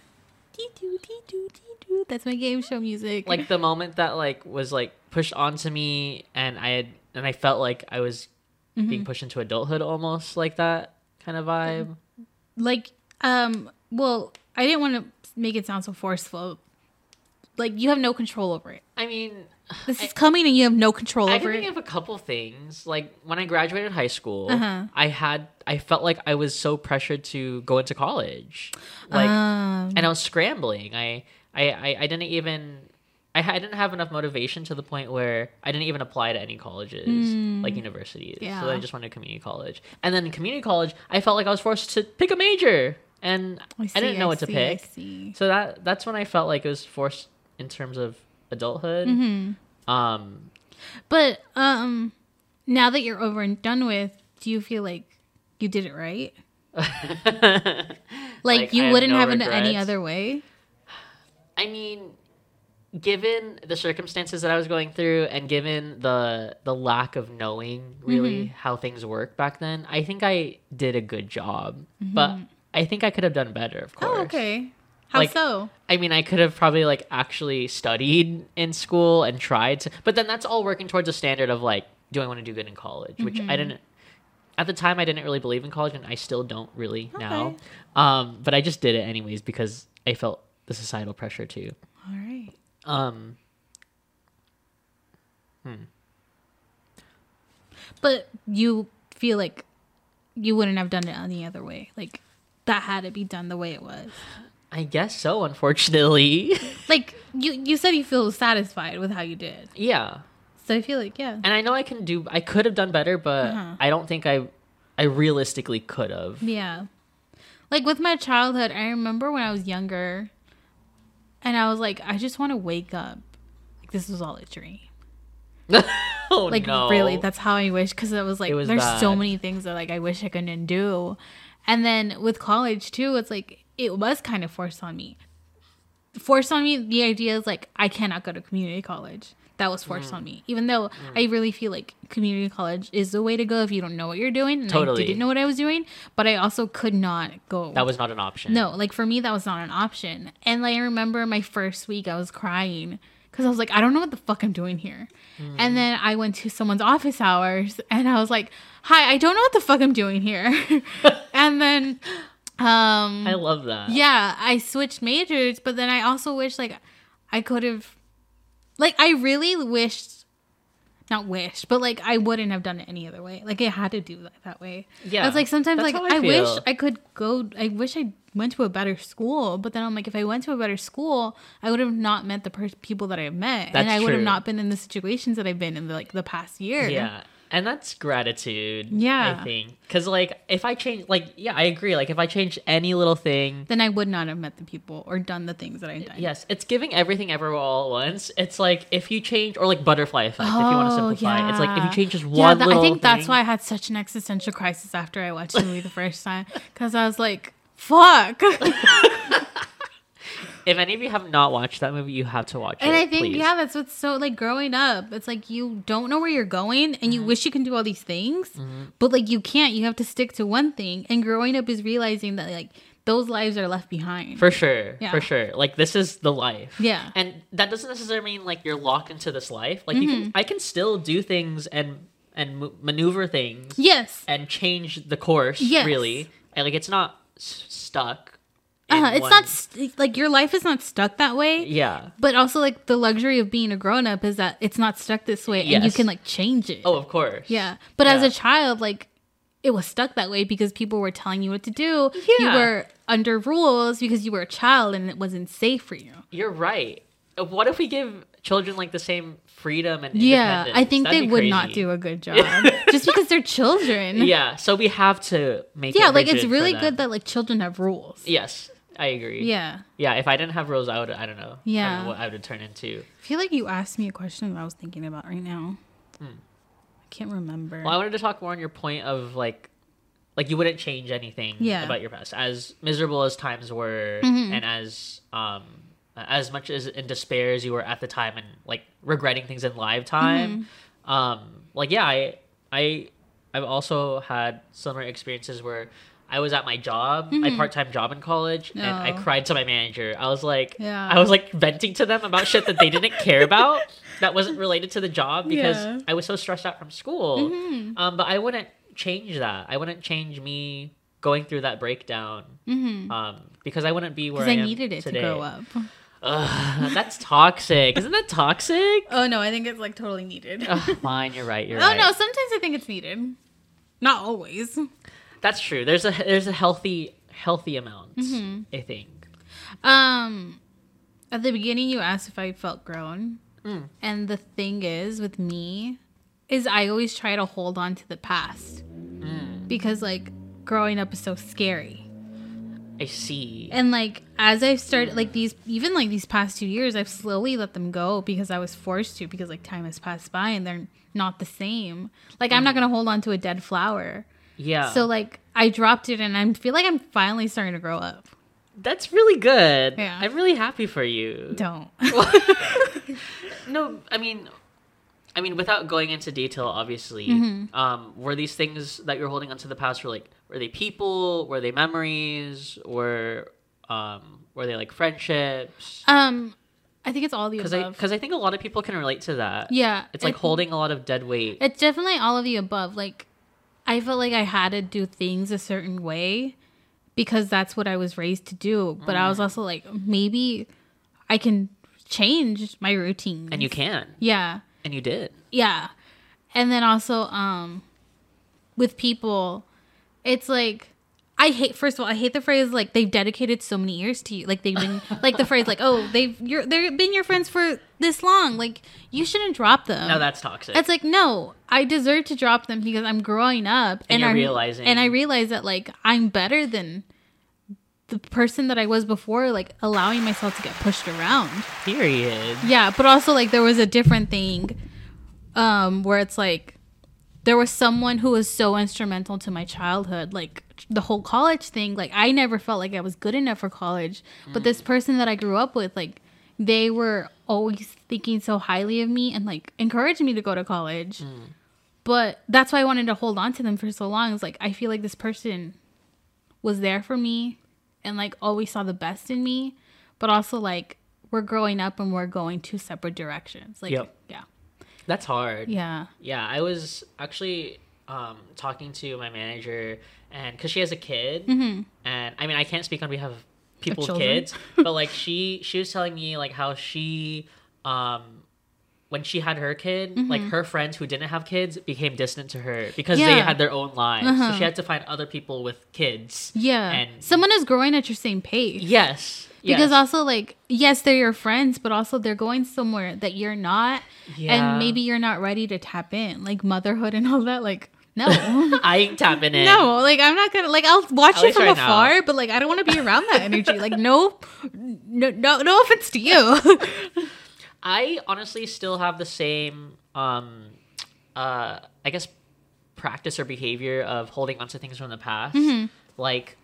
Dee-doo, dee-doo, dee-doo. That's my game show music.
like the moment that like was like pushed onto me and i had and i felt like i was
Mm-hmm.
being pushed into adulthood almost like that kind of vibe
like um well, I didn't want to make it sound so forceful. Like you have no control over it.
i mean
This is coming and you have no control
i
over
can
it.
think of a couple things like when i graduated high school
Uh-huh.
i had i felt like i was so pressured to go into college like
um,
and I was scrambling. I I I, I didn't even I, ha- I didn't have enough motivation to the point where I didn't even apply to any colleges like universities. So I
Hmm. Yeah.
just went to community college, and then in community college, I felt like I was forced to pick a major, and I,
see,
didn't know what to
see, I
pick.
see.
So that that's when I felt like it was forced in terms of adulthood.
Mm-hmm.
Um,
But um now that you're over and done with, do you feel like you did it right? Like,
Like, I
you
have
wouldn't
no
have it any
regrets.
other way?
I mean, given the circumstances that I was going through and given the the lack of knowing
Mm-hmm.
really how things work back then, I think I did a good job. But I think I could have done better, of course.
Mm-hmm. Oh, okay. How
Like-
so?
I mean, I could have probably like actually studied in school and tried to, but then that's all working towards a standard of like, do I want to do good in college? Which
Mm-hmm.
I didn't. At the time, I didn't really believe in college, and I still don't really now.
Okay.
Um, but I just did it anyways because I felt the societal pressure too.
All right.
Um,
But you feel like you wouldn't have done it any other way. Like that had to be done the way it was.
I guess so. Unfortunately,
Like you, you said you feel satisfied with how you did.
yeah.
So I feel like yeah.
And I know I can do. I could have done better, but
Uh-huh.
I don't think I. I realistically could have.
Yeah. Like with my childhood, I remember when I was younger and I was like, I just want to wake up. Like this was all a dream.
oh
Like
no!
really, that's how I wish because it was like
It was
there's so
bad.
many things that like I wish I couldn't do. And then with college too, it's like it was kind of forced on me. Forced on me the idea is like I cannot go to community college. That was forced
Mm.
on me. Even though I really feel like community college is the way to go if you don't know what you're doing. And I
Totally.
didn't know what I was doing, but I also could not go.
that was not an option.
No, like for me, that was not an option. And like, I remember my first week, I was crying because I was like, I don't know what the fuck I'm doing here.
Mm.
And then I went to someone's office hours and I was like, hi, I don't know what the fuck I'm doing here. and then, um,
I love that.
yeah, I switched majors, but then I also wish like I could have, like, I really wished. Not wished, but like I wouldn't have done it any other way. Like I had to do that that way.
Yeah,
I was like sometimes
that's
like
how I
I, wish
feel.
I could go I wish I went to a better school, but then I'm like if I went to a better school, I would have not met the per- people that I've met
That's
and I would have
true.
not been in the situations that I've been in the, like the past year.
Yeah. And that's gratitude.
Yeah.
I think. Because, like, if I change, like, yeah, I agree. Like, if I change any little thing,
Then I would not have met the people or done the things that I've done.
yes, it's giving everything everywhere all at once. It's like if you change, or like butterfly effect, if you want to simplify. It's like if you
Oh, yeah.
change just one
Yeah, tha-
little
I think that's
thing-
why I had such an existential crisis after I watched the movie the first time because I was like, "Fuck!"
If any of you have not watched that movie, you have to watch
and
it.
I think
please.
yeah, that's what's so like growing up. It's like you don't know where you're going, and you
Mm-hmm.
wish you can do all these things, but like you can't. You have to stick to one thing. And growing up is realizing that like those lives are left behind.
For sure.
Yeah.
For sure. Like this is the life.
Yeah.
And that doesn't necessarily mean like you're locked into this life. Like you
Mm-hmm.
can I can still do things and and mo- maneuver things
yes,
and change the course
Yes.
really and, like it's not s- stuck in
uh, it's
one-
not st- like your life is not stuck that way.
yeah
But also, like the luxury of being a grown up is that it's not stuck this way, and you
Yes.
can like change it.
oh of course
Yeah. But as
Yeah.
a child, like it was stuck that way because people were telling you what to do. You
Yeah.
were under rules because you were a child and it wasn't safe for you.
you're right Uh, what if we give children like the same freedom and
Yeah. I
independence?
think
That'd
they
be
would not
crazy.
do a good job just because they're children.
yeah so we have to make
Yeah,
it
like it's
rigid for
really
them.
good that like children have rules.
yes i agree
Yeah.
yeah if i didn't have rose i would i don't know I don't
Yeah.
know what i would turn into
I feel like you asked me a question that I was thinking about right now. Hmm. I can't remember.
Well, I wanted to talk more on your point of like, like you wouldn't change anything
Yeah. Mm-hmm.
about your past, as miserable as times were, and as um as much as in despair as you were at the time, and like regretting things in live time.
Mm-hmm.
Um, like yeah, I I I've also had similar experiences where. I was at my job, my part-time job in college, and I
Mm-hmm. No.
cried to my manager. I was like,
Yeah.
I was like venting to them about shit that they didn't care about, that wasn't related to the job because
Yeah. Mm-hmm.
I was so stressed out from school. Um, but I wouldn't change that. I wouldn't change me going through that breakdown um, because I wouldn't be where I,
Mm-hmm. because I,
am
needed it
today.
to grow up.
Ugh, that's toxic. Isn't that toxic?
Oh no, I think it's like totally needed. oh
Ugh, fine, you're right. You're
no,
right.
sometimes I think it's needed. Not always.
That's true. There's a there's a healthy healthy amount.
Mm-hmm.
I think.
Um, at the beginning, you asked if I felt grown,
Mm.
and the thing is with me, is I always try to hold on to the past
Mm.
because like growing up is so scary,
I see.
and like as I've started like these even like these past two years, I've slowly let them go because I was forced to because like time has passed by and they're not the same. Like I'm not gonna hold on to a dead flower,
Mm. Yeah.
so like I dropped it and I feel like I'm finally starting to grow up.
That's really good.
Yeah.
I'm really happy for you.
Don't.
no, I mean, I mean, without going into detail, obviously,
Mm-hmm.
um, were these things that you're holding onto the past were like were they people? Were they memories? Were um, were they like friendships?
um, I think it's all the
Because I
above.
because I think a lot of people can relate to that.
yeah,
It's like
it-
holding a lot of dead weight.
It's definitely all of the above. Like, I felt like I had to do things a certain way because that's what I was raised to do. But
Mm.
I was also like, maybe I can change my routine.
and you can.
yeah,
And you did.
yeah, and then also, um, with people, it's like. I hate. First of all, I hate the phrase like they've dedicated so many years to you. Like they've been like the phrase like oh they've you're they've been your friends for this long. Like you shouldn't drop them.
No, that's toxic.
It's like no, I deserve to drop them because I'm growing up
And you're
I
realizing-
and I realize that like I'm better than the person that I was before, like allowing myself to get pushed around.
Period.
Yeah, but also like there was a different thing um where it's like there was someone who was so instrumental to my childhood, like the whole college thing. Like I never felt like I was good enough for college, but this person that I grew up with, like they were always thinking so highly of me and like encouraging me to go to college. But that's why I wanted to hold on to them for so long. It's like I feel like this person was there for me and like always saw the best in me, but also like we're growing up and we're going two separate directions. Like
Yep.
yeah.
That's hard.
Yeah.
Yeah, I was actually um, talking to my manager, and because she has a kid, and I mean, I can't speak on behalf of people with
Mm-hmm. children.
kids, but like she she was telling me like how she um, when she had her kid, like her friends who didn't have kids became distant to her because they
Mm-hmm. Yeah.
had their own lives, so
Uh-huh.
she had to find other people with kids.
Yeah.
and
Someone is growing at your same pace.
yes,
Because
yes.
also like yes, they're your friends, but also they're going somewhere that you're not
Yeah.
and maybe you're not ready to tap in. Like motherhood and all that like no.
I ain't tapping in.
No, like I'm not gonna like I'll watch
At
it
least
from
right now.
afar, but like I don't want to be around that energy. Like no, no, no, no offense to you.
I honestly still have the same, um, uh, I guess, practice or behavior of holding onto things from the past.
Mm-hmm.
Like,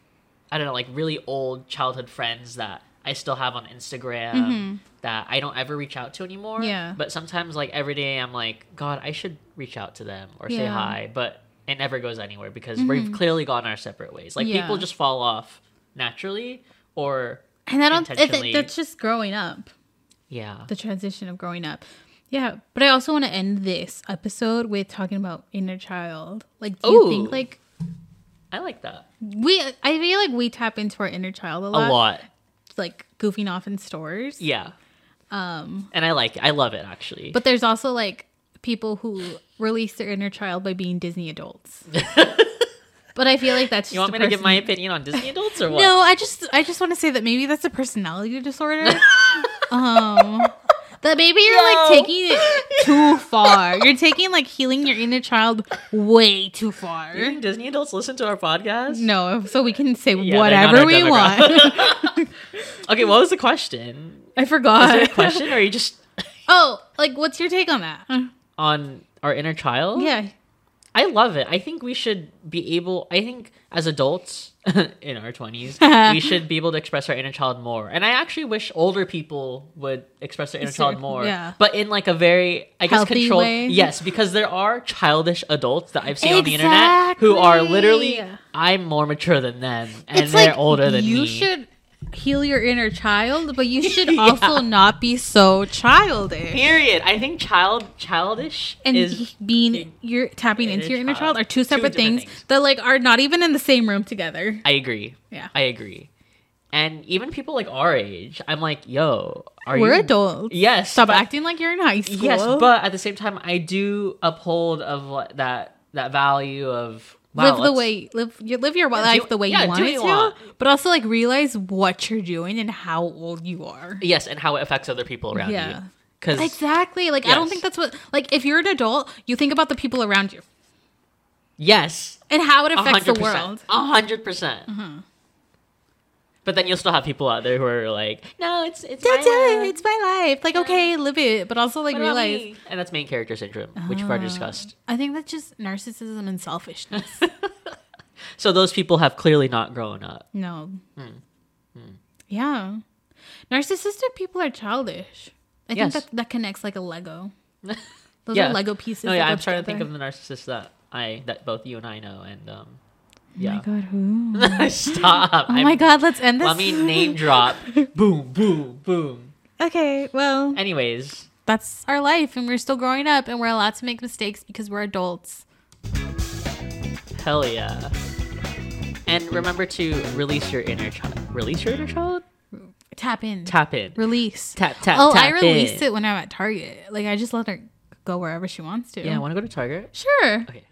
I don't know, like really old childhood friends that I still have on Instagram that I don't ever reach out to anymore.
Mm-hmm. Yeah.
But sometimes, like every day, I'm like, God, I should reach out to them or say
Yeah. Mm-hmm.
hi, but it never goes anywhere because we've clearly gone our separate ways. Like
Yeah.
people just fall off naturally, or
and I don't. It,
Intentionally.
it, that's just growing up.
yeah,
The transition of growing up. Yeah, but I also want to end this episode with talking about inner child. Like, do you
Ooh.
think like
I like that
we? I feel like we tap into our inner child
a
a lot.
lot.
Like goofing off in stores.
Yeah.
Um.
and I like it. I love it actually.
But there's also like people who release their inner child by being Disney adults. but I feel like that's just
you want
a
me to give
person-
my opinion on Disney adults or what?
No, I just I just want to say that maybe that's a personality disorder. um that maybe you're
No.
like taking it too far. You're taking like healing your inner child way too far.
You think Disney adults listen to our podcast?
No, so we can say
Yeah, they're not
whatever
our
we
demographic.
want.
Okay, what was the question?
I
Is there a
forgot.
question Uh, or are you just
Oh, like what's your take on that?
on our inner child?
Yeah.
I love it. I think we should be able I think as adults in our 20s, we should be able to express our inner child more. And I actually wish older people would express their inner
Sure,
child more,
yeah.
but in like a very I guess
Healthy
controlled
way.
Yes, because there are childish adults that I've seen on the internet who are literally
Exactly.
I'm more mature than them and they're older than
you
me.
should heal your inner child, but you should also not be so childish.
Period. I think child childish
And
is
being you're tapping into your inner child are two separate
different
things,
things.
that like are not even in the same room together.
I agree.
Yeah.
I agree. And even people like our age, I'm like, yo, are
We're
you
adults.
Yes.
Stop
but-
acting like you're in high school.
Yes, but at the same time I do uphold of what, that that value of wow,
live the
let's-
way live you live your
do-
life the way
yeah,
you
do
want
what
it
you
to,
want.
but also like realize what you're doing and how old you are.
Yes, and how it affects other people around
Yeah.
you. Cuz
Exactly. Like I don't
Yes.
think that's what like if you're an adult, you think about the people around you
yes,
and how it affects the
100%.
world. Mm-hmm.
100%. percent But then you'll still have people out there who are like, "No, it's it's
That's
my
it.
life.
It's my life. Like, okay, live it, but also like
What about
realize.
me? And that's main character syndrome, which we've already
Ah.
discussed.
I think that's just narcissism and selfishness.
So those people have clearly not grown up.
no, Yeah. Narcissistic people are childish. I
Yes.
think that, that connects like a Lego. Those
Yeah.
are Lego pieces.
No,
that
Oh, yeah,
go
I'm trying to think of
together.
the narcissist that I that both you and I know, and um,
Oh
yeah.
my god, who?
Stop.
Oh my god, let's end this.
Let me name drop. boom, boom, boom.
Okay, well,
Anyways,
that's our life, and we're still growing up, and we're allowed to make mistakes because we're adults.
hell yeah. And remember to release your inner child. Release your inner child.
Tap in.
Tap in.
Release.
Tap tap.
oh,
tap
I released
in.
it when I'm at Target. Like I just let her go wherever she wants to.
Yeah, I want to go to Target.
sure.
Okay.